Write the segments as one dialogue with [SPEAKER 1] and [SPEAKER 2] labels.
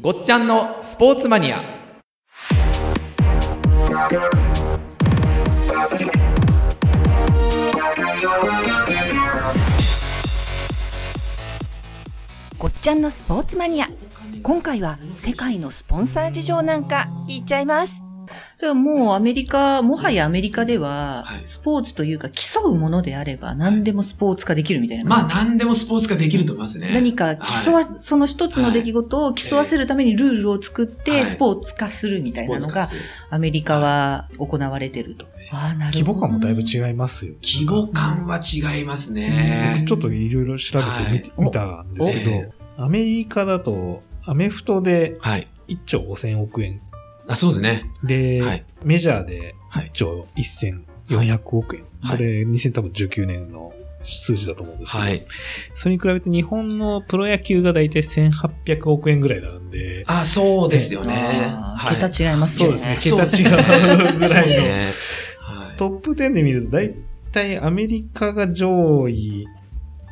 [SPEAKER 1] ごっちゃんのスポーツマニア
[SPEAKER 2] ごっちゃんのスポーツマニア。今回は世界のスポンサー事情なんか聞いちゃいます。
[SPEAKER 3] だからもうアメリカ、もはやアメリカでは
[SPEAKER 4] はい、
[SPEAKER 3] スポーツというか競うものであれば何でもスポーツ化できるみたいな。
[SPEAKER 4] まあ何でもスポーツ化できると思いますね。
[SPEAKER 3] 何か競わ、その一つの出来事を競わせるためにルールを作っ
[SPEAKER 4] は
[SPEAKER 3] て
[SPEAKER 4] い
[SPEAKER 3] スポーツ化するみたいな
[SPEAKER 4] ス
[SPEAKER 3] のが
[SPEAKER 4] ポーツ化する
[SPEAKER 3] アメリカは行われてると。ああ、なる
[SPEAKER 5] 規
[SPEAKER 3] ほど。
[SPEAKER 5] 模感もだいぶ違いますよ。
[SPEAKER 4] 規模感は違います
[SPEAKER 5] 僕
[SPEAKER 4] ね。
[SPEAKER 5] ちょっといろいろ調べてみて
[SPEAKER 3] はい
[SPEAKER 5] 見たんですけ
[SPEAKER 4] お
[SPEAKER 5] ど、アメリカだと、アメフトで
[SPEAKER 4] はい。
[SPEAKER 5] 1兆5000億円。
[SPEAKER 4] あ、そうですね。
[SPEAKER 5] で、
[SPEAKER 4] はい
[SPEAKER 5] メジャーで
[SPEAKER 4] はい
[SPEAKER 5] 1兆1400億円。
[SPEAKER 4] はい
[SPEAKER 5] これ2019年の数字だと思うんですけど、
[SPEAKER 4] はい。
[SPEAKER 5] それに比べて日本のプロ野球がだいたい1800億円ぐらいなんで、
[SPEAKER 4] あ、そうですよね。
[SPEAKER 3] あ
[SPEAKER 4] は
[SPEAKER 3] ー
[SPEAKER 4] い。
[SPEAKER 3] 桁違います
[SPEAKER 5] そう
[SPEAKER 3] よ
[SPEAKER 5] で
[SPEAKER 3] ね。
[SPEAKER 5] すね、
[SPEAKER 4] そう
[SPEAKER 5] 桁違うぐ
[SPEAKER 4] そう
[SPEAKER 5] ら
[SPEAKER 4] で
[SPEAKER 5] い
[SPEAKER 4] す
[SPEAKER 5] の。
[SPEAKER 4] ね。はい。
[SPEAKER 5] トップ10で見ると、だいたいアメリカが上位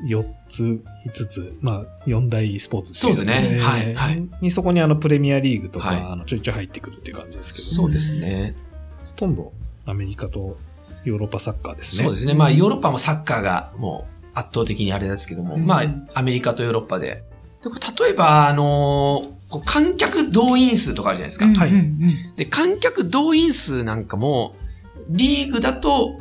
[SPEAKER 5] 4つ、5つ、まあ、4大スポーツっていん
[SPEAKER 4] そうですねはいはい
[SPEAKER 5] にそこにあのプレミアリーグとか、
[SPEAKER 4] はい
[SPEAKER 5] あのちょいちょい入ってくるっていう感じですけど、
[SPEAKER 4] そうですね。
[SPEAKER 5] ほとんどアメリカとヨーロッパサッカーですね。
[SPEAKER 4] そうですね。まあ、ヨーロッパもサッカーがもう圧倒的にあれですけども、
[SPEAKER 3] うん
[SPEAKER 4] まあ、アメリカとヨーロッパで。でこれ例えば、あのーこう観客動員数とかあるじゃないですか。
[SPEAKER 3] うんうんうん
[SPEAKER 5] はい
[SPEAKER 4] で、観客動員数なんかも、リーグだと、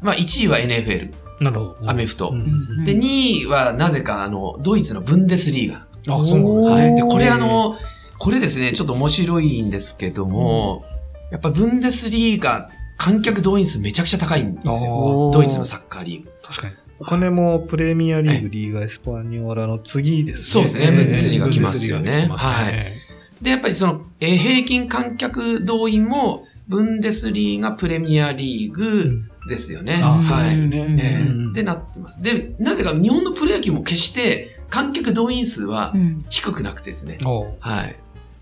[SPEAKER 4] まあ、1位は NFL。
[SPEAKER 5] なるほど。
[SPEAKER 4] アメフト
[SPEAKER 5] うん
[SPEAKER 3] うん
[SPEAKER 4] で、2位はなぜか、あの、ドイツのブンデスリーガ。
[SPEAKER 5] あ、そうなんです
[SPEAKER 3] おー
[SPEAKER 4] は
[SPEAKER 5] ね。
[SPEAKER 4] い。で、これあの、これですね、ちょっと面白いんですけども、やっぱブンデスリーガ、観客動員数めちゃくちゃ高いんですよ。
[SPEAKER 3] おー
[SPEAKER 4] ドイツのサッカーリーグ。
[SPEAKER 5] 確かに。お金もプレミアリーグ、リーガエスパニョーラの次です
[SPEAKER 4] そ
[SPEAKER 5] ね。
[SPEAKER 4] うですねブンデスリーガ来ますよね
[SPEAKER 5] ブンデスリーガ来ますね
[SPEAKER 4] はで、やっぱりその、えー平均観客動員も、ブンデスリーガ、プレミアリーグですよね。
[SPEAKER 5] あーそう
[SPEAKER 4] は
[SPEAKER 5] です
[SPEAKER 4] い。
[SPEAKER 5] よ
[SPEAKER 3] うん
[SPEAKER 4] え
[SPEAKER 5] ね。
[SPEAKER 4] ー
[SPEAKER 5] うん
[SPEAKER 4] で、なってます。で、なぜか日本のプロ野球も決して、観客動員数は
[SPEAKER 3] うん
[SPEAKER 4] 低くなくてですね。
[SPEAKER 5] おー
[SPEAKER 4] はい。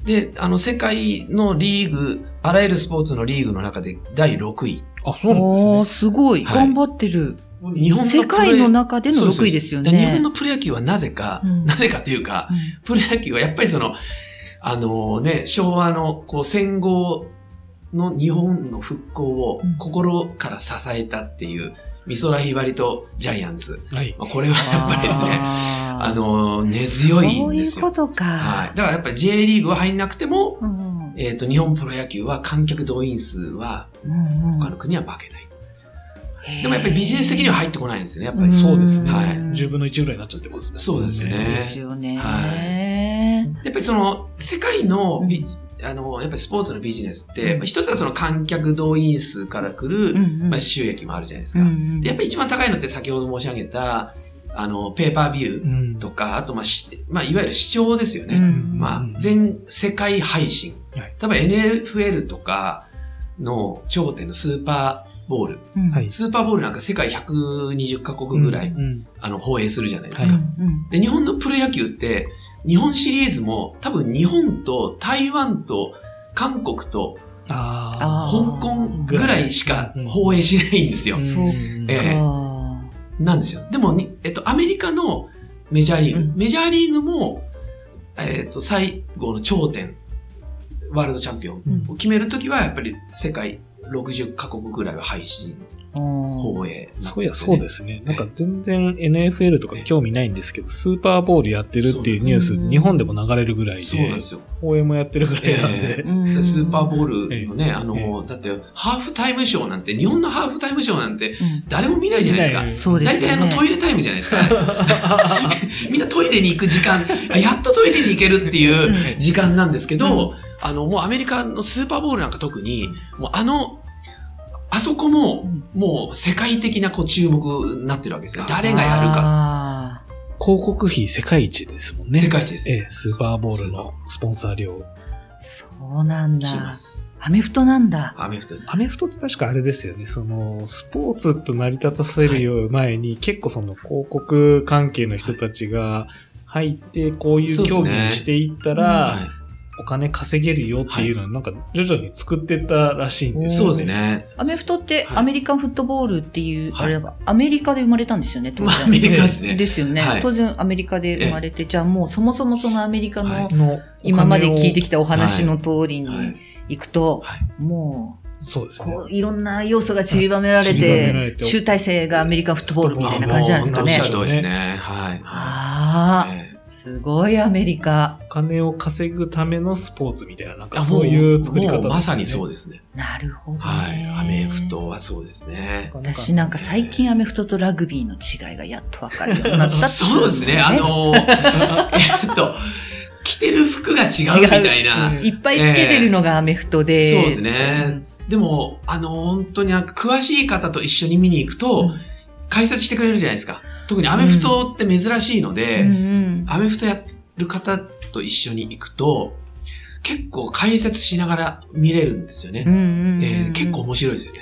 [SPEAKER 4] で、あの、世界のリーグ、あらゆるスポーツのリーグの中で第6位。
[SPEAKER 5] あ、そうなんですね
[SPEAKER 3] おー、。すごい。
[SPEAKER 4] はい
[SPEAKER 3] 頑張ってる。
[SPEAKER 4] 日本のプロ
[SPEAKER 3] 世界の中での6位ですよね。
[SPEAKER 4] そうそうそう日本のプロ野球はなぜか、
[SPEAKER 3] うん
[SPEAKER 4] なぜかっていうか、プロ野球はやっぱりその、あのね、昭和のこう戦後の日本の復興を
[SPEAKER 3] うん
[SPEAKER 4] 心から支えたっていう、美空ひばりとジャイアンツ。
[SPEAKER 5] はい。
[SPEAKER 4] まあこれはやっぱりですね、あ
[SPEAKER 3] あー
[SPEAKER 4] の、根強いんですよ。
[SPEAKER 3] そういうことか。
[SPEAKER 4] はい。だからやっぱり J リーグは入んなくても、
[SPEAKER 3] うんうん
[SPEAKER 4] えっ、と、日本プロ野球は観客動員数は
[SPEAKER 3] うんうん
[SPEAKER 4] 他の国は負けない。でもやっぱりビジネス的には入ってこないんですね、やっぱ
[SPEAKER 3] うん
[SPEAKER 4] り。
[SPEAKER 5] そうですね。
[SPEAKER 4] はい
[SPEAKER 5] 10分の1ぐらいになっちゃってますもんね。
[SPEAKER 4] そうです
[SPEAKER 3] そう
[SPEAKER 4] ね
[SPEAKER 3] ですよね。
[SPEAKER 4] はやっぱりその、世界のビジ、あの、やっぱりスポーツのビジネスって、
[SPEAKER 3] うん
[SPEAKER 4] まあ一つはその観客動員数から来る、
[SPEAKER 3] うんうん
[SPEAKER 4] まあ、収益もあるじゃないです
[SPEAKER 3] うん
[SPEAKER 4] か、
[SPEAKER 3] うん
[SPEAKER 4] でやっぱり一番高いのって先ほど申し上げた、あの、ペーパービュ
[SPEAKER 5] う
[SPEAKER 4] ー
[SPEAKER 5] ん。
[SPEAKER 4] とか、あと、まあ、しまあ、いわゆる視聴ですよね。
[SPEAKER 3] うん
[SPEAKER 4] まあ
[SPEAKER 5] うん、
[SPEAKER 4] 全世界配信。
[SPEAKER 5] はい
[SPEAKER 4] 多分 NFL とかの頂点のスーパーボール。
[SPEAKER 3] うん
[SPEAKER 5] はい
[SPEAKER 4] スーパーボールなんか世界120カ国ぐらい、
[SPEAKER 5] うん
[SPEAKER 4] あの放映するじゃないです
[SPEAKER 3] う
[SPEAKER 4] か、
[SPEAKER 3] んうん
[SPEAKER 4] で、日本のプロ野球って、日本シリーズも多分日本と台湾と韓国と
[SPEAKER 5] あ
[SPEAKER 3] あ
[SPEAKER 4] 香
[SPEAKER 3] ー
[SPEAKER 4] 港ぐらいしか放映しないんですよ
[SPEAKER 5] あ。。
[SPEAKER 3] そう
[SPEAKER 4] ええ
[SPEAKER 3] あ
[SPEAKER 4] なんですよ。でもに、えっと、アメリカのメジャーリーグ、
[SPEAKER 3] うん
[SPEAKER 4] メジャーリーグも、えっと、最後の頂点、ワールドチャンピオンを決めるときは、やっぱり世界60カ国ぐらいは配信、
[SPEAKER 3] ーあ
[SPEAKER 4] 放映、
[SPEAKER 5] そういや、そうですね。なんか全然 NFL とか興味ないんですけど、スーパーボールやってるっていうニュース、
[SPEAKER 3] そうです
[SPEAKER 5] 日本でも流れるぐらい
[SPEAKER 4] そうなん
[SPEAKER 5] で
[SPEAKER 4] で、すよ。
[SPEAKER 5] 応援もやってるぐらいなん
[SPEAKER 4] え
[SPEAKER 5] で、
[SPEAKER 3] ー。
[SPEAKER 4] スーパーボ
[SPEAKER 3] ー
[SPEAKER 4] ールのね、あの、だって、ハーフタイムショーなんて、日本のハーフタイムショーなんて、
[SPEAKER 3] ル。
[SPEAKER 4] 誰も見ないじゃないですか。
[SPEAKER 5] 見ない
[SPEAKER 3] そうです
[SPEAKER 4] 大
[SPEAKER 3] よね。
[SPEAKER 4] 体あのトイレタイムじゃないですか。 みんなトイレに行く時間、あやっとトイレに行けるっていう時間なんですけど、あの、もうアメリカのスーパーボールなんか特に、もうあの、あそこも、もう世界的なこう注目になってるわけですよ。誰がやるか。
[SPEAKER 3] か。
[SPEAKER 5] 広告費世界一ですもんね。
[SPEAKER 4] 世界一です
[SPEAKER 5] え
[SPEAKER 4] よ。
[SPEAKER 5] え、スーパーボールのスポンサー料。
[SPEAKER 3] そうなん
[SPEAKER 4] 来ま
[SPEAKER 3] だ。
[SPEAKER 4] す。
[SPEAKER 3] アメフトなんだ。
[SPEAKER 4] アメフトです
[SPEAKER 5] ア。メフトって確かあれですよね。その、スポーツと成り立たせるよう前に、結構その広告関係の人たちが入って、こういう競技にしていったら、
[SPEAKER 4] はい
[SPEAKER 5] お金稼げるよっていうのをなんか徐々に作ってったらしいんです
[SPEAKER 4] そうです。ね。
[SPEAKER 3] アメフトって
[SPEAKER 4] はい
[SPEAKER 3] アメリカンフットボールっていう、
[SPEAKER 4] はい
[SPEAKER 3] あれだが、アメリカで生まれたんですよね、当
[SPEAKER 4] ま あ、ア
[SPEAKER 3] 然。
[SPEAKER 4] メリカですね。
[SPEAKER 3] ですよね、
[SPEAKER 4] はい
[SPEAKER 3] 当然アメリカで生まれて、じゃあもうそもそもそのアメリカ
[SPEAKER 4] はい
[SPEAKER 3] の
[SPEAKER 5] の
[SPEAKER 3] 今まで聞いて
[SPEAKER 5] き
[SPEAKER 3] きたお話の通りに
[SPEAKER 4] はい
[SPEAKER 3] 行くと、
[SPEAKER 4] はい
[SPEAKER 3] もう、
[SPEAKER 5] そうですね。
[SPEAKER 3] こう、いろんな要素が散りばめられ
[SPEAKER 5] 散りばめら
[SPEAKER 3] て
[SPEAKER 5] れ、て
[SPEAKER 3] 集大成がアメリカンフットボールみたいな感じなんです
[SPEAKER 4] お
[SPEAKER 3] か
[SPEAKER 4] っし
[SPEAKER 3] ね
[SPEAKER 4] ゃ。る通りです
[SPEAKER 5] ね
[SPEAKER 4] ね。はい。
[SPEAKER 3] あ
[SPEAKER 4] ええ
[SPEAKER 3] あ、すごいアメリカ。
[SPEAKER 5] お金を稼ぐためのスポーツみたいな、なんかそういう作り方です
[SPEAKER 4] もう
[SPEAKER 5] ね。。
[SPEAKER 4] まさにそううですね。
[SPEAKER 3] なるほど、ね。
[SPEAKER 4] はい。アメフ。トはそうですね。
[SPEAKER 3] 私なんか最近アメフトとラグビーの違いがやっとわかるようになったっつ
[SPEAKER 4] そうですね。あの、えっと、着てる服が違うみたいな。
[SPEAKER 3] いっぱいつけてるのがアメフトで。
[SPEAKER 4] そうですね。でも、あの、本当になんか詳しい方と一緒に見に行くと、
[SPEAKER 3] うん
[SPEAKER 4] 解説してくれるじゃないですか。特にアメフトって珍しいの
[SPEAKER 3] う
[SPEAKER 4] で、
[SPEAKER 3] ん。うん
[SPEAKER 4] アメフトやってる方と一緒に行くと、結構解説しながら見れるんですよね。
[SPEAKER 3] うん。うんうん
[SPEAKER 4] えー結構面白いですよね。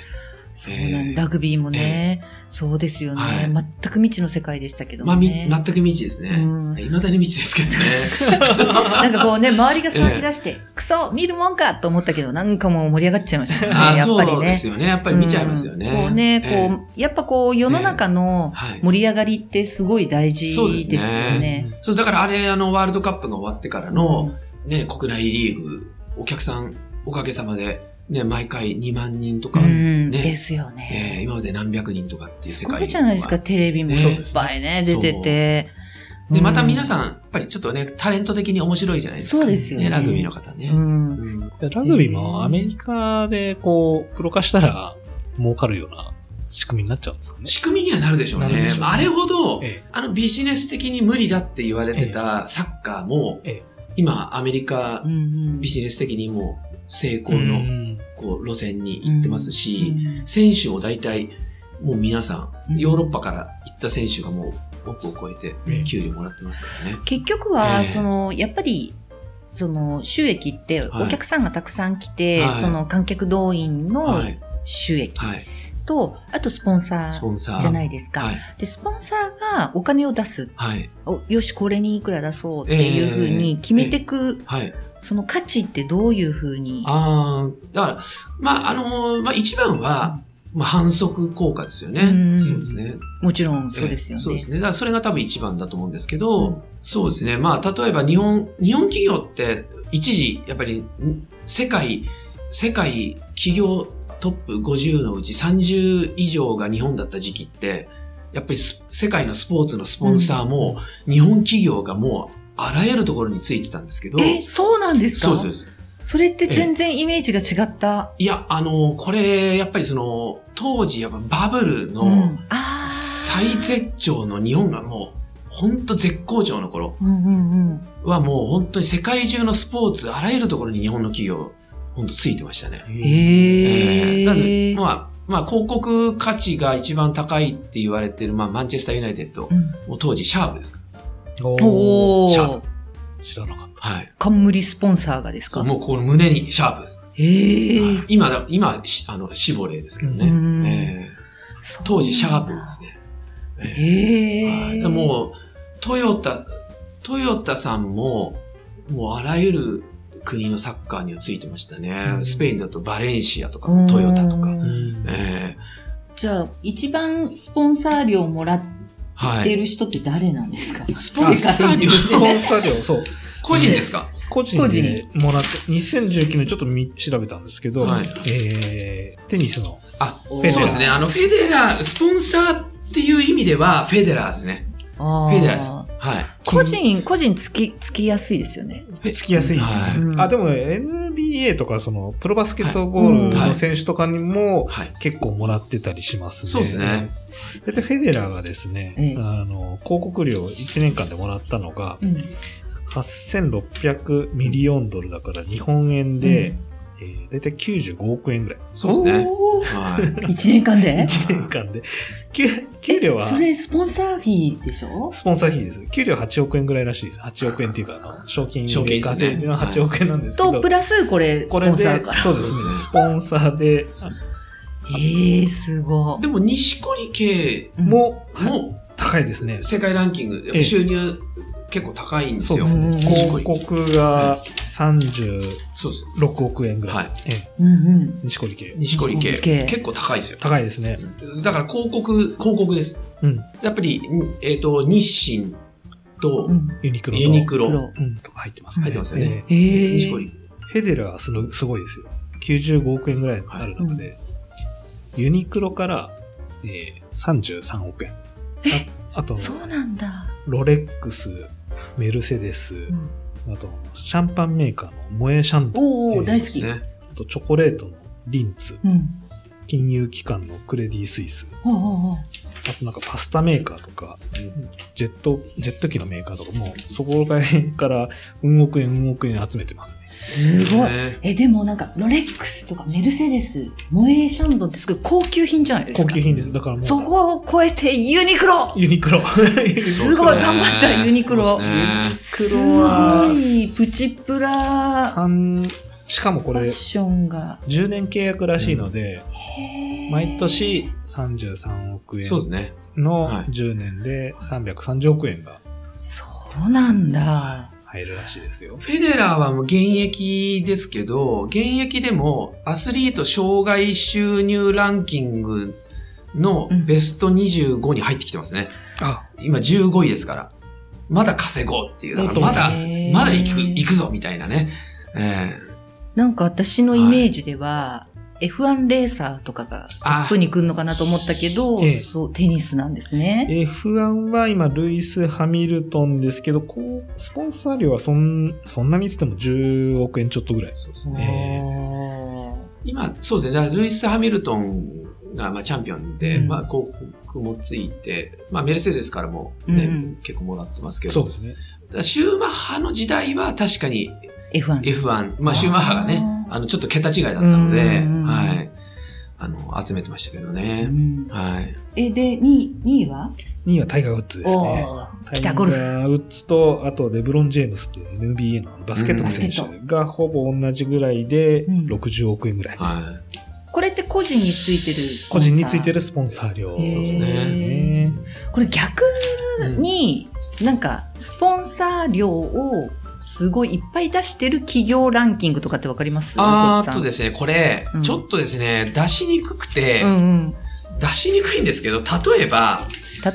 [SPEAKER 3] そうなん
[SPEAKER 4] えー
[SPEAKER 3] だラグビーもね、そうですよね、
[SPEAKER 4] はい
[SPEAKER 3] 全く未知の世界でしたけど
[SPEAKER 4] ま
[SPEAKER 3] も
[SPEAKER 4] あ、み
[SPEAKER 3] ね。
[SPEAKER 4] 全く未知ですね。
[SPEAKER 3] うん
[SPEAKER 4] いまだに未知ですけど ね。
[SPEAKER 3] なんかこうね、周りが騒ぎ出して、クソ見るもんかと思ったけど、なんかもう盛り上がっちゃいましたね、
[SPEAKER 4] ああ、
[SPEAKER 3] やっぱり
[SPEAKER 4] そうで
[SPEAKER 3] ね
[SPEAKER 4] す。よね。やっぱり見ちゃいますよね。
[SPEAKER 3] うんこうね、こう、
[SPEAKER 4] えー
[SPEAKER 3] やっぱこう、世の中の
[SPEAKER 4] はい。
[SPEAKER 3] 盛り上がりってすごい大事
[SPEAKER 4] そうですね
[SPEAKER 3] ですよね。
[SPEAKER 4] そう、だからあれ、あの、ワールドカップが終わってからの、ね、国内リーグ、お客さん、おかげさまで、ね、毎回2万人と
[SPEAKER 3] う
[SPEAKER 4] か、
[SPEAKER 3] ん、うん
[SPEAKER 4] ね
[SPEAKER 3] ですよね。
[SPEAKER 4] えー今まで何百人とかっていう世
[SPEAKER 3] すご
[SPEAKER 4] 界
[SPEAKER 3] いじゃないですか、
[SPEAKER 4] で、
[SPEAKER 3] テレビも
[SPEAKER 4] ね
[SPEAKER 3] いっぱいね、出てて。
[SPEAKER 4] また皆さ
[SPEAKER 3] ん、
[SPEAKER 4] ん、やっぱりちょっとね、タレント的に面白いじゃないですか。
[SPEAKER 3] そうですよね
[SPEAKER 4] ラグビーの方ね。
[SPEAKER 3] うん、
[SPEAKER 4] うん
[SPEAKER 5] でラグビーもアメリカでこう、プロ化したら儲かるような仕組みになっちゃうんですかね。
[SPEAKER 4] 仕組みにはなるでしょう
[SPEAKER 5] なるで
[SPEAKER 4] ね
[SPEAKER 5] しょ。うね
[SPEAKER 4] まああれほど、
[SPEAKER 5] え
[SPEAKER 4] あのビジネス的に無理だって言われてたサッカーも、
[SPEAKER 5] ええ
[SPEAKER 4] 今アメリカ
[SPEAKER 3] うんうん
[SPEAKER 4] ビジネス的にもう成
[SPEAKER 5] え
[SPEAKER 4] 功のこう路線に行ってますし、選手も大体もう皆さ
[SPEAKER 3] うんん
[SPEAKER 4] ヨーロッパから行った選手がもう億を超えて
[SPEAKER 5] ええ
[SPEAKER 4] 給料もらってますからね。
[SPEAKER 3] 結局は、
[SPEAKER 4] ええ
[SPEAKER 3] そのやっぱりその収益って
[SPEAKER 4] はい
[SPEAKER 3] お客さんがたくさん来て、
[SPEAKER 4] はい
[SPEAKER 3] その観客動員の
[SPEAKER 4] はい。
[SPEAKER 3] 収益
[SPEAKER 4] はい。
[SPEAKER 3] と、あとスポンサ
[SPEAKER 4] ス
[SPEAKER 3] ー
[SPEAKER 4] ポンサー。
[SPEAKER 3] じゃないいですか、
[SPEAKER 4] はい。
[SPEAKER 3] でスポンサーがお金を出す
[SPEAKER 4] はい。
[SPEAKER 3] およしこれにいくら出そうっていうふうに決めてく、
[SPEAKER 4] はい。
[SPEAKER 3] その価値ってどういうふうに
[SPEAKER 4] ああ、だから、まあ、あのーまあ一番は、まあ反則効果ですよね。
[SPEAKER 3] うん
[SPEAKER 4] そうですね。
[SPEAKER 3] もちろんそうです
[SPEAKER 4] え
[SPEAKER 3] よ
[SPEAKER 4] えそう
[SPEAKER 3] ね
[SPEAKER 4] で。すね。だからそれが多分一番だと思うんですけど、そうですね。まあ、例えば日本、日本企業って一時、やっぱりん世界、世界企業トップ50のうち30以上が日本だった時期って、やっぱりス世界のスポーツのスポンサーも、日本企業がもうあらゆるところについてたんですけど、
[SPEAKER 3] え、そうなんですか
[SPEAKER 4] そうですそうです。
[SPEAKER 3] それって全然イメージが違った。
[SPEAKER 4] いや、あの、これ、やっぱりその、当時、やっぱバブル
[SPEAKER 3] う
[SPEAKER 4] の
[SPEAKER 3] んあー
[SPEAKER 4] 最絶頂の日本がもう、ほんと絶好調の頃
[SPEAKER 3] うんうんうん。
[SPEAKER 4] はもう本当に世界中のスポーツ、あらゆるところに日本の企業、ほんとついてましたね。
[SPEAKER 3] へえ。
[SPEAKER 4] なんで、まあ、まあ、広告価値が一番高いって言われてる、まあ、マンチェスターユナイテッド、
[SPEAKER 3] うん
[SPEAKER 4] もう当時、シャープですか
[SPEAKER 5] おー
[SPEAKER 3] お
[SPEAKER 4] シャー
[SPEAKER 3] お
[SPEAKER 4] プ。
[SPEAKER 5] 知らなかった。
[SPEAKER 4] はい。
[SPEAKER 3] 冠スポンサーがです
[SPEAKER 4] そう
[SPEAKER 3] か
[SPEAKER 4] もうこの胸にシャープです。
[SPEAKER 3] へえ。
[SPEAKER 4] 今だ、今、しあの、シボレーですけど
[SPEAKER 3] うん
[SPEAKER 4] ね。えー当時、シャープで。すね。えーは
[SPEAKER 3] へ
[SPEAKER 4] い
[SPEAKER 3] え。
[SPEAKER 4] でもう、トヨタ、トヨタさんも、もうあらゆる国のサッカーにはついてましたね。
[SPEAKER 5] うん
[SPEAKER 4] スペインだとバレンシアとか
[SPEAKER 3] うん、
[SPEAKER 4] トヨタとか。
[SPEAKER 5] うん
[SPEAKER 4] ええ
[SPEAKER 3] じゃあ、一番スポンサー料もらっ
[SPEAKER 4] は
[SPEAKER 3] て
[SPEAKER 4] い。
[SPEAKER 3] る人って誰なんですか
[SPEAKER 4] スポンサー料、
[SPEAKER 5] スポンサー料、そう。
[SPEAKER 4] 個人ですか
[SPEAKER 5] 個人でもらって、2019年ちょっとみ調べたんですけど、
[SPEAKER 4] はい
[SPEAKER 5] えー、テニスの、
[SPEAKER 4] あ、そう
[SPEAKER 5] ェデラー
[SPEAKER 4] ですね。あの、フェデラー、スポンサーっていう意味では、フェデラーですね。
[SPEAKER 3] あ
[SPEAKER 4] フェデラーです。
[SPEAKER 3] ー
[SPEAKER 4] はい。
[SPEAKER 3] 個人、個人つき、つきやすいですよね。
[SPEAKER 5] つきやすい。
[SPEAKER 4] はい
[SPEAKER 3] うん
[SPEAKER 5] あ、でも、NBA とか、その、プロバスケットボールの選手とかにも、
[SPEAKER 4] はい。
[SPEAKER 5] 結構もらってたりしますね。
[SPEAKER 4] そうですね。
[SPEAKER 5] だいたいフェデラーがですね、
[SPEAKER 3] ええ
[SPEAKER 5] あの、広告料1年間でもらったのが、
[SPEAKER 3] うん。
[SPEAKER 5] 8600ミリオンドルだから、日本円で、えーだいたい95億円ぐらい。
[SPEAKER 4] そうですね。
[SPEAKER 3] おー
[SPEAKER 4] はい。
[SPEAKER 3] 一年間で
[SPEAKER 5] 1年間で。給給料は
[SPEAKER 3] え、それ、スポンサーフィーでしょ
[SPEAKER 5] スポンサー費です。給料8億円ぐらいらしいです。8億円っていうか、あの、賞金
[SPEAKER 4] 賞金ですね
[SPEAKER 5] 稼いでの8億円なんですけど、
[SPEAKER 3] と、プラス、これ、スポ
[SPEAKER 5] これ
[SPEAKER 3] ンサー
[SPEAKER 5] で
[SPEAKER 3] か、ら。
[SPEAKER 5] そうです
[SPEAKER 4] そうで
[SPEAKER 5] ね。
[SPEAKER 4] すね
[SPEAKER 5] スポンサーで、
[SPEAKER 3] ええー、すご
[SPEAKER 4] でも、錦織圭
[SPEAKER 3] い。う
[SPEAKER 5] も、
[SPEAKER 4] も、
[SPEAKER 5] 高いですね。
[SPEAKER 4] 世界ランキング
[SPEAKER 5] え、え
[SPEAKER 4] 収入結構高いんです
[SPEAKER 5] そう
[SPEAKER 4] よ。
[SPEAKER 5] ですね。
[SPEAKER 4] 錦織
[SPEAKER 5] 広告が36
[SPEAKER 4] そうです。
[SPEAKER 5] 億円ぐらい。
[SPEAKER 4] はい
[SPEAKER 5] ええ
[SPEAKER 3] うんうん。
[SPEAKER 5] 錦織系。
[SPEAKER 4] 西堀
[SPEAKER 3] 錦織系
[SPEAKER 4] 系。結構高いですよ。
[SPEAKER 5] 高いですね。
[SPEAKER 4] だから広告、広告です。
[SPEAKER 5] うん。
[SPEAKER 4] やっぱり、んえっ、と、日清と
[SPEAKER 3] うん。
[SPEAKER 5] ユニクロと。
[SPEAKER 4] ユニクロ。
[SPEAKER 3] 黒。
[SPEAKER 5] うん、とか入ってますね。
[SPEAKER 4] 入ってますよね
[SPEAKER 5] え
[SPEAKER 3] へえ。
[SPEAKER 4] 西堀。
[SPEAKER 5] えヘデラはすごすごいですよ。95億円ぐらいある中で、ユニクロから、えー、33億円。ああと、
[SPEAKER 3] そうなんだ。
[SPEAKER 5] ロレックス、メルセデス、
[SPEAKER 3] ん
[SPEAKER 5] あと、シャンパンメーカーのモエシャンパン、
[SPEAKER 3] おーおー、大好き。
[SPEAKER 4] ね。
[SPEAKER 5] あとチョコレートのリンツ、
[SPEAKER 3] うん。
[SPEAKER 5] 金融機関のクレディ・スイス、
[SPEAKER 3] おうおうおう
[SPEAKER 5] あとなんかパスタメーカーとか、ジェット、ジェット機のメーカーとかも、そこら辺から、うん億円、うん億円集めてますね。
[SPEAKER 3] すごい。
[SPEAKER 4] ね
[SPEAKER 3] え、でもなんか、ロレックスとかメルセデス、モエーシャンドンってすごい高級品じゃないですか。
[SPEAKER 5] 高級品です。だからもう、
[SPEAKER 3] そこを超えてユニクロ
[SPEAKER 5] ユニクロ。
[SPEAKER 3] すごい頑張ったユニクロ
[SPEAKER 4] そうですね
[SPEAKER 5] ユニクロは
[SPEAKER 3] すごいプチプラ
[SPEAKER 5] 三しかもこ
[SPEAKER 3] ファ
[SPEAKER 5] れ
[SPEAKER 3] ッ、ションが。
[SPEAKER 5] 10年契約らしいの
[SPEAKER 3] へ
[SPEAKER 5] で、
[SPEAKER 3] ー
[SPEAKER 5] 毎。年33億円
[SPEAKER 4] そうですね。
[SPEAKER 5] の
[SPEAKER 4] はい
[SPEAKER 5] 10年で330億円が
[SPEAKER 3] そうなんだ。
[SPEAKER 5] 入るらしいですよ。
[SPEAKER 4] フェデラーはもう現役ですけど、現役でもアスリート障害収入ランキングの
[SPEAKER 3] うん
[SPEAKER 4] ベスト25に入ってきてますね。
[SPEAKER 5] あ、
[SPEAKER 4] 今15位ですから。まだ稼ごうっていう。だから
[SPEAKER 5] 本
[SPEAKER 4] ま
[SPEAKER 5] 当
[SPEAKER 4] だ
[SPEAKER 3] へー、
[SPEAKER 4] まだ行く、行くぞみたいなね。えー
[SPEAKER 3] なんか私のイメージでは、F1 レーサーとかがトップに来るのかなと思ったけど、
[SPEAKER 5] ええ
[SPEAKER 3] そう、テニスなんですね。
[SPEAKER 5] F1 は今、ルイス・ハミルトンですけど、こう、スポンサー料はそん、そんなにつっても10億円ちょっとぐらい。
[SPEAKER 4] そうです
[SPEAKER 5] え
[SPEAKER 4] ね。
[SPEAKER 5] え
[SPEAKER 4] 今、そうですね。だからルイス・ハミルトンがまあチャンピオンで、
[SPEAKER 5] うん
[SPEAKER 4] まあ広告もついて、まあメルセデスからも、ね
[SPEAKER 3] うん
[SPEAKER 4] 結構もらってますけど。
[SPEAKER 5] そうですね。
[SPEAKER 4] だからシューマッハの時代は確かに
[SPEAKER 3] F1。
[SPEAKER 4] F1、まあ、シューマッハがね、
[SPEAKER 3] あー
[SPEAKER 4] あの、ちょっと桁違いだったので、
[SPEAKER 3] うん
[SPEAKER 4] はい。あの、集めてましたけど
[SPEAKER 3] う
[SPEAKER 4] ね。
[SPEAKER 3] ん
[SPEAKER 4] はい。
[SPEAKER 3] え、で、2位、2位は
[SPEAKER 5] 2位はタイガー・ウッズですね。
[SPEAKER 3] おー
[SPEAKER 5] タイガ
[SPEAKER 3] 北ゴルフ。
[SPEAKER 5] ー・ウッズと、あとレブロン・ジェームスっていう NBA のバスケットの選手がほぼ同じぐらいで、
[SPEAKER 3] うん
[SPEAKER 5] 60億円ぐらい。
[SPEAKER 4] は
[SPEAKER 3] これって個人についてる。
[SPEAKER 5] 個人についてる。スポンサー料
[SPEAKER 3] へー
[SPEAKER 4] そうです
[SPEAKER 5] ね。
[SPEAKER 3] これ逆
[SPEAKER 4] い。
[SPEAKER 3] に、なんか、スポンサー料をすごいいっぱい出してる企業ランキングとかってわかります
[SPEAKER 4] あ
[SPEAKER 3] ごっ
[SPEAKER 4] ー
[SPEAKER 3] つ
[SPEAKER 4] あ
[SPEAKER 3] ぁん
[SPEAKER 4] とですね、これ
[SPEAKER 3] うん、
[SPEAKER 4] ちょっとですね、出しにくくて
[SPEAKER 3] う、んうん。
[SPEAKER 4] 出しにくいんですけど、例えば、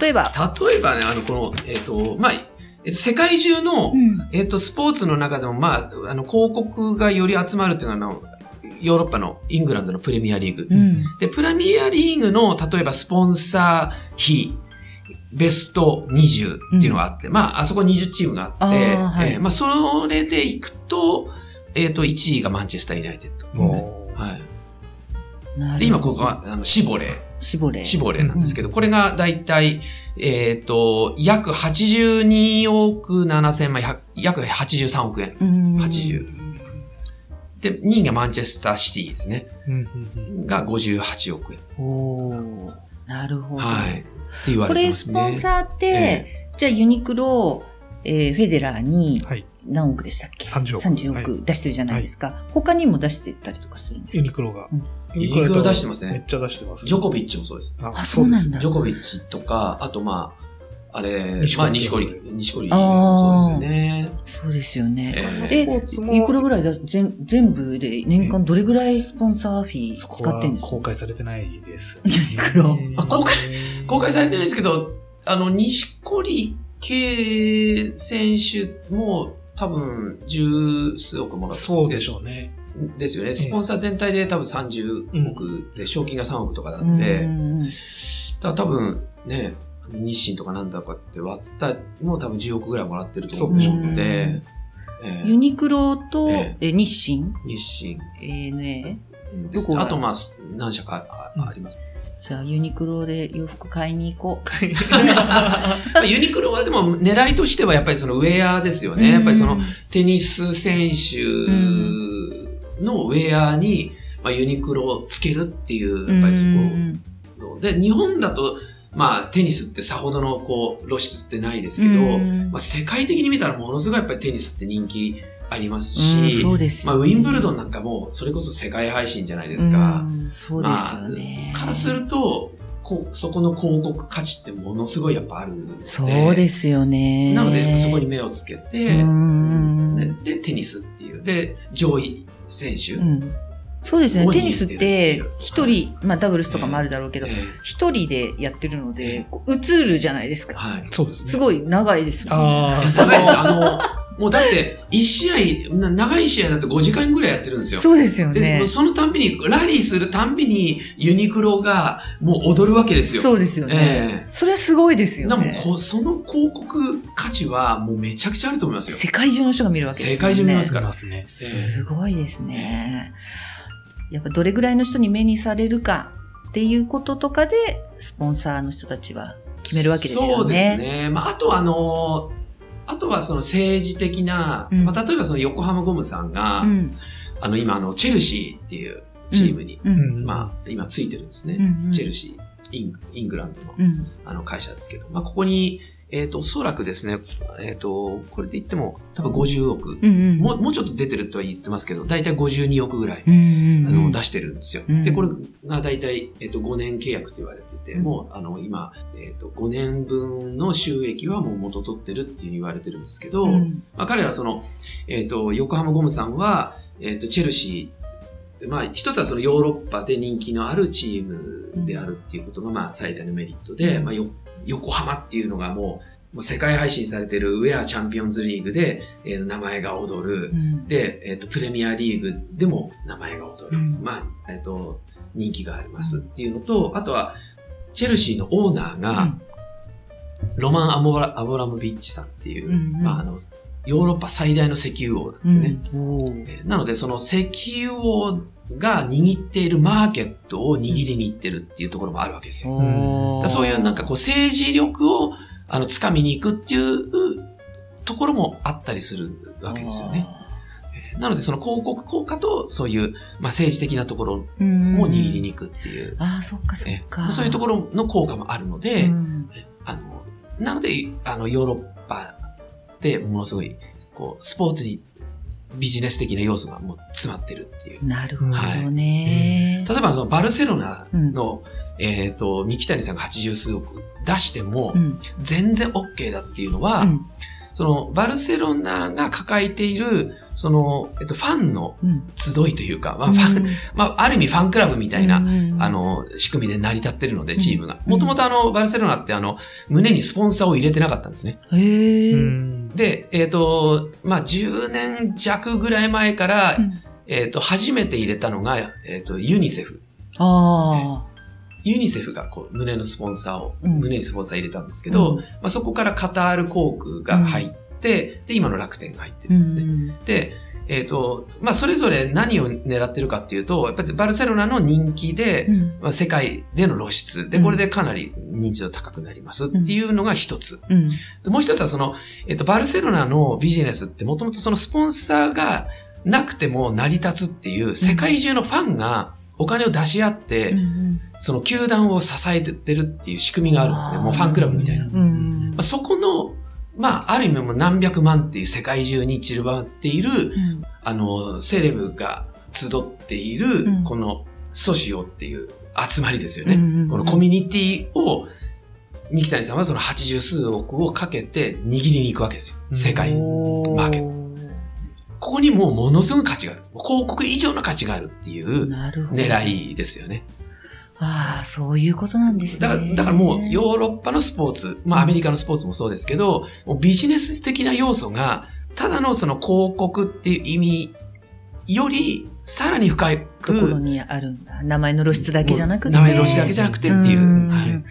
[SPEAKER 3] 例えば、
[SPEAKER 4] 例えばね、あの、この、えっと、まあ、え世界中の、えっと、スポーツの中でも、まあ、あの、広告がより集まるっていうのは、あの、ヨーロッパのイングランドのプレミアリーグ。
[SPEAKER 3] うん。
[SPEAKER 4] で、プラミアリーグの、例えばスポンサー費、ベスト20っていうのがあって、まあ、あそこ20チームがあって、
[SPEAKER 3] あーはい
[SPEAKER 4] えーまあ、それでいくと、えっ、と、1位がマンチェスターユナイテッドですね。
[SPEAKER 5] も
[SPEAKER 4] はい。
[SPEAKER 3] なるほど
[SPEAKER 4] で、今、ここは、あの、シボレー、
[SPEAKER 3] 絞れ。
[SPEAKER 4] シボレーなんですけど、これがだいたい、えっ、と、約82億7千万、100約83億円。
[SPEAKER 3] うん。
[SPEAKER 4] 80。で、2位がマンチェスターシティですね。
[SPEAKER 5] ううんうん
[SPEAKER 4] が58億円。
[SPEAKER 3] おーなるほど。
[SPEAKER 4] はい。って言わ
[SPEAKER 3] こ
[SPEAKER 4] れて
[SPEAKER 3] れ、
[SPEAKER 4] ます
[SPEAKER 3] ス
[SPEAKER 4] ね。
[SPEAKER 3] ポンサーって、
[SPEAKER 4] え
[SPEAKER 3] じゃあユニクロ、えーフェデラーに
[SPEAKER 5] うんはい。
[SPEAKER 3] 何億でしたっけ
[SPEAKER 5] 30億
[SPEAKER 3] 億出してるじゃないですか。他にも出してたりとかするんですか
[SPEAKER 5] ユニクロが
[SPEAKER 3] うん。
[SPEAKER 4] ユニクロ出してますね
[SPEAKER 5] めっちゃ出してます。
[SPEAKER 4] ジョコビッチもそうです。
[SPEAKER 5] あ
[SPEAKER 3] あそうなんだ
[SPEAKER 5] ですね
[SPEAKER 4] ジョコビッチとか、あとまあ、あれ、
[SPEAKER 5] 錦織
[SPEAKER 4] まあ、西堀、西堀もそうですよね。
[SPEAKER 3] そうですよね。
[SPEAKER 4] え
[SPEAKER 5] ス
[SPEAKER 4] ー
[SPEAKER 5] ポーツも
[SPEAKER 3] いくらぐらいだ全全部で年間どれぐらいスポンサーフィー
[SPEAKER 5] そ
[SPEAKER 3] 使
[SPEAKER 5] こは
[SPEAKER 3] ってんですか
[SPEAKER 5] 公開されてないです。
[SPEAKER 3] ユニクロ
[SPEAKER 5] ね
[SPEAKER 4] あ公開、公開されてないですけど、あの、西堀圭選手も多分十数億もらって
[SPEAKER 5] そうでしょうね。
[SPEAKER 4] ですよね。スポンサー全体で多分30億で、賞金が3億とかなんで、
[SPEAKER 3] うんうんうん
[SPEAKER 4] だから多分ね、日清とかなんだかって割ったもう多分10億ぐらいもらってると
[SPEAKER 5] そ
[SPEAKER 4] 思
[SPEAKER 5] う
[SPEAKER 4] う
[SPEAKER 5] でしょう
[SPEAKER 4] ので、えー
[SPEAKER 3] ユニクロと、
[SPEAKER 4] え
[SPEAKER 3] え日清、
[SPEAKER 4] 日清
[SPEAKER 3] ANA。
[SPEAKER 4] です
[SPEAKER 3] どこ
[SPEAKER 4] ね。
[SPEAKER 3] が
[SPEAKER 4] あとまあ、す何社かあああります。
[SPEAKER 3] じゃあユニクロで洋服買いに行こう。
[SPEAKER 4] まあユニクロはでも狙いとしてはやっぱりそのウェアですよね。やっぱりそのテニス選手のウェアに、まあ、ユニクロをつけるっていう、やっぱりそ
[SPEAKER 3] うん
[SPEAKER 4] こ。で、日本だと、まあ、テニスってさほどのこう露出ってないですけど、
[SPEAKER 3] うん
[SPEAKER 4] まあ、世界的に見たらものすごいやっぱりテニスって人気あります
[SPEAKER 3] うん
[SPEAKER 4] し、
[SPEAKER 3] そうです
[SPEAKER 4] まあ、ウィンブル
[SPEAKER 3] ン
[SPEAKER 4] ドンなんかもそれこそ世界配信じゃないですか。
[SPEAKER 3] そうですよね
[SPEAKER 4] ま。あ、からするとこうそこの広告価値ってものすごいやっぱあるので
[SPEAKER 3] そうですよね。
[SPEAKER 4] なのでやっぱそこに目をつけて、
[SPEAKER 3] うんうんうん
[SPEAKER 4] ねでテニスっていうで、上位選手。
[SPEAKER 3] うん。そうですね。
[SPEAKER 4] すごい
[SPEAKER 3] テニスっ
[SPEAKER 4] 似て
[SPEAKER 3] て
[SPEAKER 4] る、
[SPEAKER 3] 一人、まあダブルスとかもあるだろうけど
[SPEAKER 4] え、え
[SPEAKER 3] 一人でやってるの
[SPEAKER 4] ええ
[SPEAKER 3] で、こう映るじゃないですか。
[SPEAKER 4] はい。
[SPEAKER 5] そうですね。
[SPEAKER 3] すごい長いですよね。
[SPEAKER 5] ああ、
[SPEAKER 4] 長いです。あの、もうだって、一試合、な長い試合だと5時間ぐらいやってるんですよ。
[SPEAKER 3] そうですよ
[SPEAKER 4] で、
[SPEAKER 3] ね。
[SPEAKER 4] そのたんびに、ラリーするたんびに、ユニクロがもう踊るわけですよ。
[SPEAKER 3] そうですよね。
[SPEAKER 4] え
[SPEAKER 3] それはすごいです
[SPEAKER 4] え
[SPEAKER 3] よ
[SPEAKER 4] でも
[SPEAKER 3] ね。
[SPEAKER 4] こう、その広告価値はもうめちゃくちゃあると思いますよ。
[SPEAKER 3] 世界中の人が見るわけですよね。
[SPEAKER 4] 世界中見ますか
[SPEAKER 5] ますね。
[SPEAKER 3] すごいですね。やっぱどれぐらいの人に目にされるかっていうこととかで、スポンサーの人たちは決めるわけですよね。
[SPEAKER 4] そうですね。まあ、あとはあのあとはその政治的な、
[SPEAKER 3] うん
[SPEAKER 4] まあ、例えばその横浜ゴムさんが、
[SPEAKER 3] うん。
[SPEAKER 4] あの今あのチェルシーっていうチームに、
[SPEAKER 3] うん。うん。
[SPEAKER 4] まあ今ついてるんですね。
[SPEAKER 3] うん
[SPEAKER 4] チェルシー、インイングランドの
[SPEAKER 3] うん。
[SPEAKER 4] あの会社ですけど、まあここに、えっ、と、おそらくですね、えっ、と、これで言っても多分50億、
[SPEAKER 3] うんうん。
[SPEAKER 4] もう、もうちょっと出てるとは言ってますけど、だいたい52億ぐらい。
[SPEAKER 3] うんうんうん、
[SPEAKER 4] あの、出してるんですよ。
[SPEAKER 3] うん
[SPEAKER 4] で、これが大体、えっと、5年契約と言われてて、
[SPEAKER 3] うん
[SPEAKER 4] もう、あの、今、えっと、5年分の収益はもう元取ってるっていうふうに言われてるんですけど、
[SPEAKER 3] うん
[SPEAKER 4] まあ、彼らその、えっと、横浜ゴムさんは、えっと、チェルシーで、まあ、一つはそのヨーロッパで人気のあるチームであるっていうことが、まあ、最大のメリットで、まあ、よ横浜っていうのがもう、もう世界配信されてるウェアチャンピオンズリーグで、えー名前が踊る、
[SPEAKER 3] うん
[SPEAKER 4] で、えっとプレミアリーグでも名前が踊る、
[SPEAKER 3] うん
[SPEAKER 4] まあえっと人気がありますっていうのとあとはチェルシーのオーナーが、ロマン・アボラアボラムビッチさんっていう、
[SPEAKER 3] うんうん
[SPEAKER 4] まあ、あのヨーロッパ最大の石油王なんですね、
[SPEAKER 3] うんおー
[SPEAKER 4] えーなのでその石油王が握っているマーケットを握りに行ってるっていうところもあるわけですよ
[SPEAKER 3] おー
[SPEAKER 4] そういうなんかこう政治力をあの掴みに行くっていうところもあったりするわけですよね。なのでその広告効果とそういう、まあ、政治的なところを
[SPEAKER 3] うん
[SPEAKER 4] 握りに行くっていう、
[SPEAKER 3] ああそっかそ
[SPEAKER 4] え
[SPEAKER 3] っか
[SPEAKER 4] そういうところの効果もあるので、
[SPEAKER 3] うん
[SPEAKER 4] あのなのであのヨーロッパでものすごいこうスポーツにビジネス的な要素がもう詰まってるっていう。
[SPEAKER 3] なるほどね、
[SPEAKER 4] 例えばそのバルセロナ
[SPEAKER 3] うん
[SPEAKER 4] の、えっ、と、三木谷さんが80数億出しても、
[SPEAKER 3] うん
[SPEAKER 4] 全然 OK だっていうのは、
[SPEAKER 3] うん
[SPEAKER 4] そのバルセロナが抱えている、その、えっと、ファンの
[SPEAKER 3] うん
[SPEAKER 4] 集いというか、まあ、ファン、
[SPEAKER 3] み
[SPEAKER 4] まあ、ある意味ファンクラブみたいな、あ
[SPEAKER 3] の
[SPEAKER 4] の、仕組みで成り立ってるので、
[SPEAKER 3] ん
[SPEAKER 4] チームが。
[SPEAKER 3] うん
[SPEAKER 4] もともとあの、バルセロナってあの、胸にスポンサーを入れてなかったんですね。
[SPEAKER 3] へえ、
[SPEAKER 5] うん
[SPEAKER 4] で、えっ、と、まあ、10年弱ぐらい前から、
[SPEAKER 3] うん
[SPEAKER 4] えっ、と、初めて入れたのが、えっ、と、ユニセフ。
[SPEAKER 3] ああ
[SPEAKER 4] ユニセフがこう胸のスポンサーを、
[SPEAKER 3] うん
[SPEAKER 4] 胸にスポンサー入れたんですけど、
[SPEAKER 3] うん
[SPEAKER 4] まあ、そこからカタール航空が入って、で、今の楽天が入ってるんですね。
[SPEAKER 3] うん
[SPEAKER 4] で、えっ、と、まあ、それぞれ何を狙ってるかっていうと、やっぱりバルセロナの人気で、
[SPEAKER 3] うん
[SPEAKER 4] まあ、世界での露出。で、
[SPEAKER 3] うん
[SPEAKER 4] これでかなり認知度高くなりますっていうのが一つ。
[SPEAKER 3] うん
[SPEAKER 4] でもう一つはその、えっ、と、バルセロナのビジネスってもともとそのスポンサーがなくても成り立つっていう、世界中のファンがお金を出し合って、
[SPEAKER 3] うん
[SPEAKER 4] その球団を支えてるっていう仕組みがあるんですね。
[SPEAKER 3] あー
[SPEAKER 4] もうファンクラブみたいな。ま
[SPEAKER 3] うんうん
[SPEAKER 4] あそこの、まあ、ある意味もう何百万っていう世界中に散るばっている、
[SPEAKER 3] うん
[SPEAKER 4] あの、セレブが集っている
[SPEAKER 3] うん、
[SPEAKER 4] この、ソシオっていう集まりですよ
[SPEAKER 3] うん
[SPEAKER 4] ね。
[SPEAKER 3] うん
[SPEAKER 4] このコミュニティを、三木谷さんはその80数億をかけて握りに行くわけですよ。世界に。
[SPEAKER 3] おー
[SPEAKER 4] マーケここにもうものすごい価値がある。広告以上の価値があるっていう
[SPEAKER 3] なるほど
[SPEAKER 4] 狙いですよね。
[SPEAKER 3] ああそういうことなんですね
[SPEAKER 4] だから、だからもうヨーロッパのスポーツ、まあアメリカのスポーツもそうですけど、もうビジネス的な要素が、ただのその広告っていう意味より、さらに深
[SPEAKER 3] ところ
[SPEAKER 4] く、
[SPEAKER 3] にあるんだ。名前の露出だけじゃなくて。
[SPEAKER 4] 名前の露出だけじゃなくてっていう
[SPEAKER 3] ーん
[SPEAKER 4] はい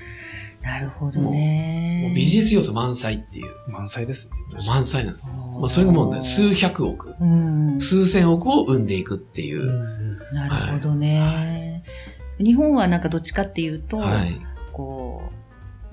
[SPEAKER 3] なるほどね。
[SPEAKER 4] もうビジネス要素満載っていう、
[SPEAKER 5] 満載ですね。
[SPEAKER 4] 満載なんです。
[SPEAKER 3] おー
[SPEAKER 4] まあそれがもうね、数百億、
[SPEAKER 3] うん。
[SPEAKER 4] 数千億を生んでいくっていうう。
[SPEAKER 5] ん
[SPEAKER 3] なるほどね。日本はなんかどっちかっていうと、
[SPEAKER 4] はい。
[SPEAKER 3] こ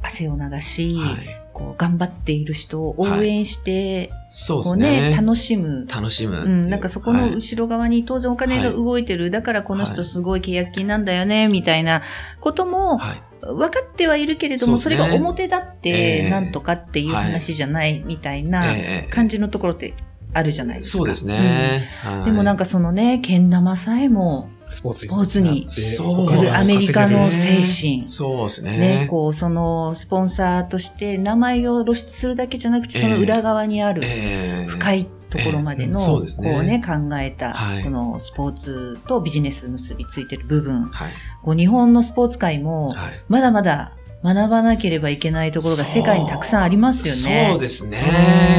[SPEAKER 3] う、汗を流し、
[SPEAKER 4] はい。
[SPEAKER 3] こう、頑張っている人を応援して、
[SPEAKER 4] そうで
[SPEAKER 3] こ
[SPEAKER 4] す
[SPEAKER 3] うね、
[SPEAKER 4] ね。
[SPEAKER 3] 楽しむ。
[SPEAKER 4] 楽しむ。
[SPEAKER 3] うん、なんかそこ
[SPEAKER 4] は
[SPEAKER 3] の
[SPEAKER 4] い
[SPEAKER 3] 後ろ側に当然お金が動いてる。だからこの
[SPEAKER 4] は
[SPEAKER 3] 人
[SPEAKER 4] い
[SPEAKER 3] すごい契約金なんだよね、みたいなことも
[SPEAKER 4] はい。
[SPEAKER 3] 分かってはいるけれども、そ,、
[SPEAKER 4] そう
[SPEAKER 3] れ
[SPEAKER 4] ですね
[SPEAKER 3] が表だって
[SPEAKER 4] ええ
[SPEAKER 3] なんとかっていう話じゃないみたいな
[SPEAKER 4] ええ
[SPEAKER 3] 感じのところってあるじゃないですか。
[SPEAKER 4] そうですね。
[SPEAKER 3] う
[SPEAKER 4] は
[SPEAKER 3] ん。
[SPEAKER 4] い
[SPEAKER 3] でもなんかそのね、けん玉さえも
[SPEAKER 5] スポーツ
[SPEAKER 3] スポーツに
[SPEAKER 5] す
[SPEAKER 4] そう
[SPEAKER 3] するアメリカの 精神。
[SPEAKER 4] そうです
[SPEAKER 3] ね
[SPEAKER 4] ね。、
[SPEAKER 3] こう、その、スポンサーとして名前を露出するだけじゃなくて、その裏側にある
[SPEAKER 4] ええ
[SPEAKER 3] 深いところまでの、
[SPEAKER 4] ええそうですね
[SPEAKER 3] こうね、考えた、
[SPEAKER 4] はい
[SPEAKER 3] そのスポーツとビジネス結びついてる部分、
[SPEAKER 4] はい。
[SPEAKER 3] こう日本のスポーツ界も、
[SPEAKER 4] はい。
[SPEAKER 3] まだまだ学ばなければいけないところが世界にたくさんありますよね。
[SPEAKER 4] そう
[SPEAKER 3] で
[SPEAKER 4] ですね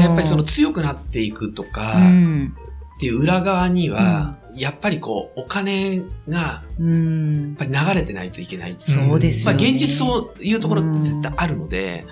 [SPEAKER 3] うん。
[SPEAKER 4] やっぱりその強くなっていくとか
[SPEAKER 3] うん。
[SPEAKER 4] っていう裏側には、やっぱりこう、お金が
[SPEAKER 3] うん。
[SPEAKER 4] やっぱり流れてないといけない。
[SPEAKER 3] そうです
[SPEAKER 4] ま
[SPEAKER 3] よ
[SPEAKER 4] あ
[SPEAKER 3] ね。
[SPEAKER 4] 現実そういうところ絶対あるので、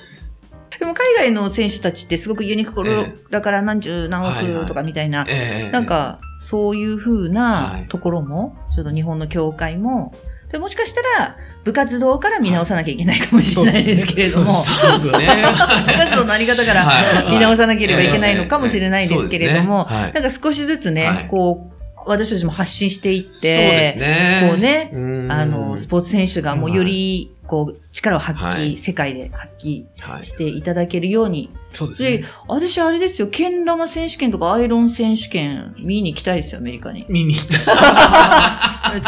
[SPEAKER 3] でも海外の選手たちってすごくユニクロ
[SPEAKER 4] え
[SPEAKER 3] だから何十何
[SPEAKER 4] はいは
[SPEAKER 3] 億
[SPEAKER 4] い
[SPEAKER 3] とかみたいな、
[SPEAKER 4] ええ
[SPEAKER 3] なん、かそういうふう
[SPEAKER 4] は
[SPEAKER 3] ないところも、ちょっと日本の協会も、でもしかしたら部活動から見直さなきゃいけないかもしれないですけれども、
[SPEAKER 4] そうですね。
[SPEAKER 3] 部活動のあり方から
[SPEAKER 4] はい
[SPEAKER 3] 見直さなければいけないのかもしれないですけれども、
[SPEAKER 4] はい
[SPEAKER 3] なんか少しずつね、
[SPEAKER 4] はい
[SPEAKER 3] こう、私たちも発信していって、
[SPEAKER 4] そうですね。
[SPEAKER 3] こうね
[SPEAKER 4] うん
[SPEAKER 3] あの、スポーツ選手がもうより、こう、力を発揮、
[SPEAKER 4] はい
[SPEAKER 3] 世界で発揮
[SPEAKER 4] はい
[SPEAKER 3] していただけるように。
[SPEAKER 5] そうです
[SPEAKER 3] で
[SPEAKER 5] ね。、
[SPEAKER 3] 私あれですよ、けん玉選手権とかアイロン選手権見に行きたいですよ、アメリカに。
[SPEAKER 5] 見に行った。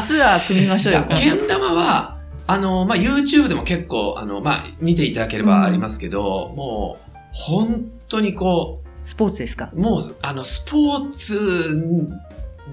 [SPEAKER 3] ツアー組みましょうよ。
[SPEAKER 4] いやけん玉は、あの、まあ、YouTube でも結構、あの、まあ、見ていただければありますけど、もう、本当にこ
[SPEAKER 3] スポーツですか
[SPEAKER 4] う、もう、あの、スポーツ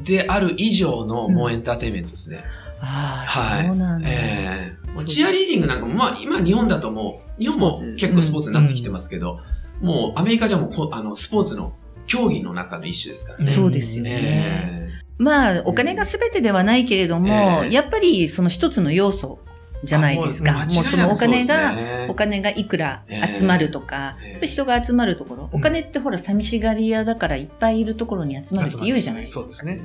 [SPEAKER 4] である以上の、もうエンターテインメントですね。
[SPEAKER 3] ああ、
[SPEAKER 4] はい
[SPEAKER 3] そうなんだ。
[SPEAKER 4] ええもう
[SPEAKER 3] そう
[SPEAKER 4] チアリーディングなんかも、まあ、今日本だともう、日本
[SPEAKER 3] スポ
[SPEAKER 4] も
[SPEAKER 3] ーツ
[SPEAKER 4] 結構スポーツになってきてますけど、もうアメリカじゃもうこ、あの、スポーツの競技の中の一種ですからね。
[SPEAKER 3] そうですよね。
[SPEAKER 4] え
[SPEAKER 3] まあ、お金が全てではないけれども、
[SPEAKER 4] ええ
[SPEAKER 3] やっぱりその一つの要素じゃないですか。
[SPEAKER 4] あ
[SPEAKER 3] もう
[SPEAKER 4] もう間違
[SPEAKER 3] そ
[SPEAKER 4] いな
[SPEAKER 3] のお
[SPEAKER 4] くそうで
[SPEAKER 3] 金
[SPEAKER 4] すね
[SPEAKER 3] が、お金がいくら集まるとか、
[SPEAKER 4] ええ
[SPEAKER 3] やっぱり人が集まるところ、
[SPEAKER 5] う
[SPEAKER 3] お
[SPEAKER 5] ん
[SPEAKER 3] 金ってほら寂しがり屋だからいっぱいいるところに集まるって言うじゃないですか。
[SPEAKER 5] そうですね。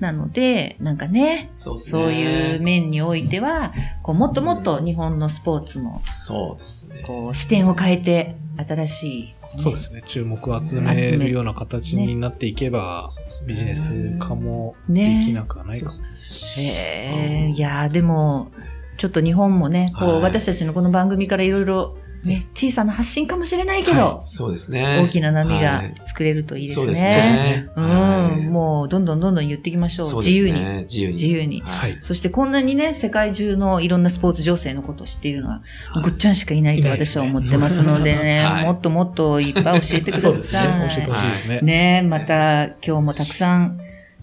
[SPEAKER 3] なので、なんかね、
[SPEAKER 4] そうですね。
[SPEAKER 3] そういう面においては、こうもっともっと日本のスポーツも、
[SPEAKER 4] そうですね。
[SPEAKER 3] こう視点を変えて、新しい、
[SPEAKER 5] そうですね。注目を集めるような形になっていけば、
[SPEAKER 4] そうですね
[SPEAKER 5] ビジネス化もで
[SPEAKER 3] ね
[SPEAKER 5] きなくはないかも。
[SPEAKER 4] そうですね
[SPEAKER 3] ええいやーでも、ちょっと日本もね、こう、
[SPEAKER 4] はい
[SPEAKER 3] 私たちのこの番組からいろいろ、ね、小さな発信かもしれないけど、
[SPEAKER 4] そうですね。
[SPEAKER 3] 大きな波が
[SPEAKER 4] はい
[SPEAKER 3] 作れるといいです
[SPEAKER 4] そうです
[SPEAKER 3] ね。
[SPEAKER 4] ね。
[SPEAKER 3] うん、もうどんどんどんどん言っていきましょう。
[SPEAKER 4] そう
[SPEAKER 3] 自
[SPEAKER 4] です
[SPEAKER 3] 由
[SPEAKER 4] ね
[SPEAKER 3] に。。
[SPEAKER 4] 自由に。
[SPEAKER 3] 自由に。
[SPEAKER 5] はい。
[SPEAKER 3] そしてこんなにね、世界中のいろんなスポーツ情勢のことを知っているのは、
[SPEAKER 4] はい
[SPEAKER 3] ぐっちゃんしかいないと
[SPEAKER 5] いないで
[SPEAKER 3] 私
[SPEAKER 5] す
[SPEAKER 3] は
[SPEAKER 5] ね
[SPEAKER 3] 思ってますのでね、
[SPEAKER 4] はい
[SPEAKER 3] もっともっといっぱい教えてください。
[SPEAKER 5] そうですね。教えてほしいですね。
[SPEAKER 3] ねまた今日もたくさん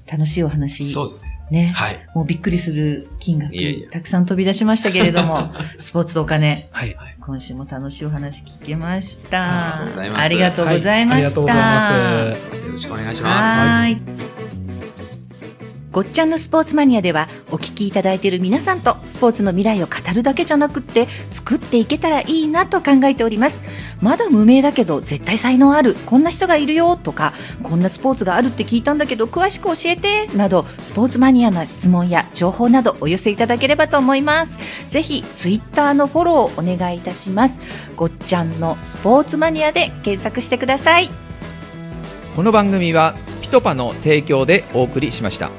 [SPEAKER 3] 楽しいお話、
[SPEAKER 4] そうですね。
[SPEAKER 3] ね、
[SPEAKER 4] はい。
[SPEAKER 3] もうびっくりする金額
[SPEAKER 4] いやいや
[SPEAKER 3] たくさん飛び出しましたけれど も、スポーツとお金、
[SPEAKER 5] はい。
[SPEAKER 3] 今週も楽しいお話聞けまし
[SPEAKER 4] ありがと
[SPEAKER 3] た
[SPEAKER 4] うござい。ます
[SPEAKER 3] ありがとうござい
[SPEAKER 5] はあ
[SPEAKER 3] ま
[SPEAKER 5] りが
[SPEAKER 3] し
[SPEAKER 5] と
[SPEAKER 3] た
[SPEAKER 5] うございま。す。
[SPEAKER 4] よろしくお願いします。
[SPEAKER 3] はーい。
[SPEAKER 2] ごっちゃんのスポーツマニアではお聞きいただいている皆さんとスポーツの未来を語るだけじゃなくって作っていけたらいいなと考えておりますまだ無名だけど絶対才能あるこんな人がいるよとかこんなスポーツがあるって聞いたんだけど詳しく教えてなどスポーツマニアな質問や情報などお寄せいただければと思いますぜひツイッターのフォローをお願いいたしますごっちゃんのスポーツマニアで検索してください
[SPEAKER 1] この番組はピトパの提供でお送りしました。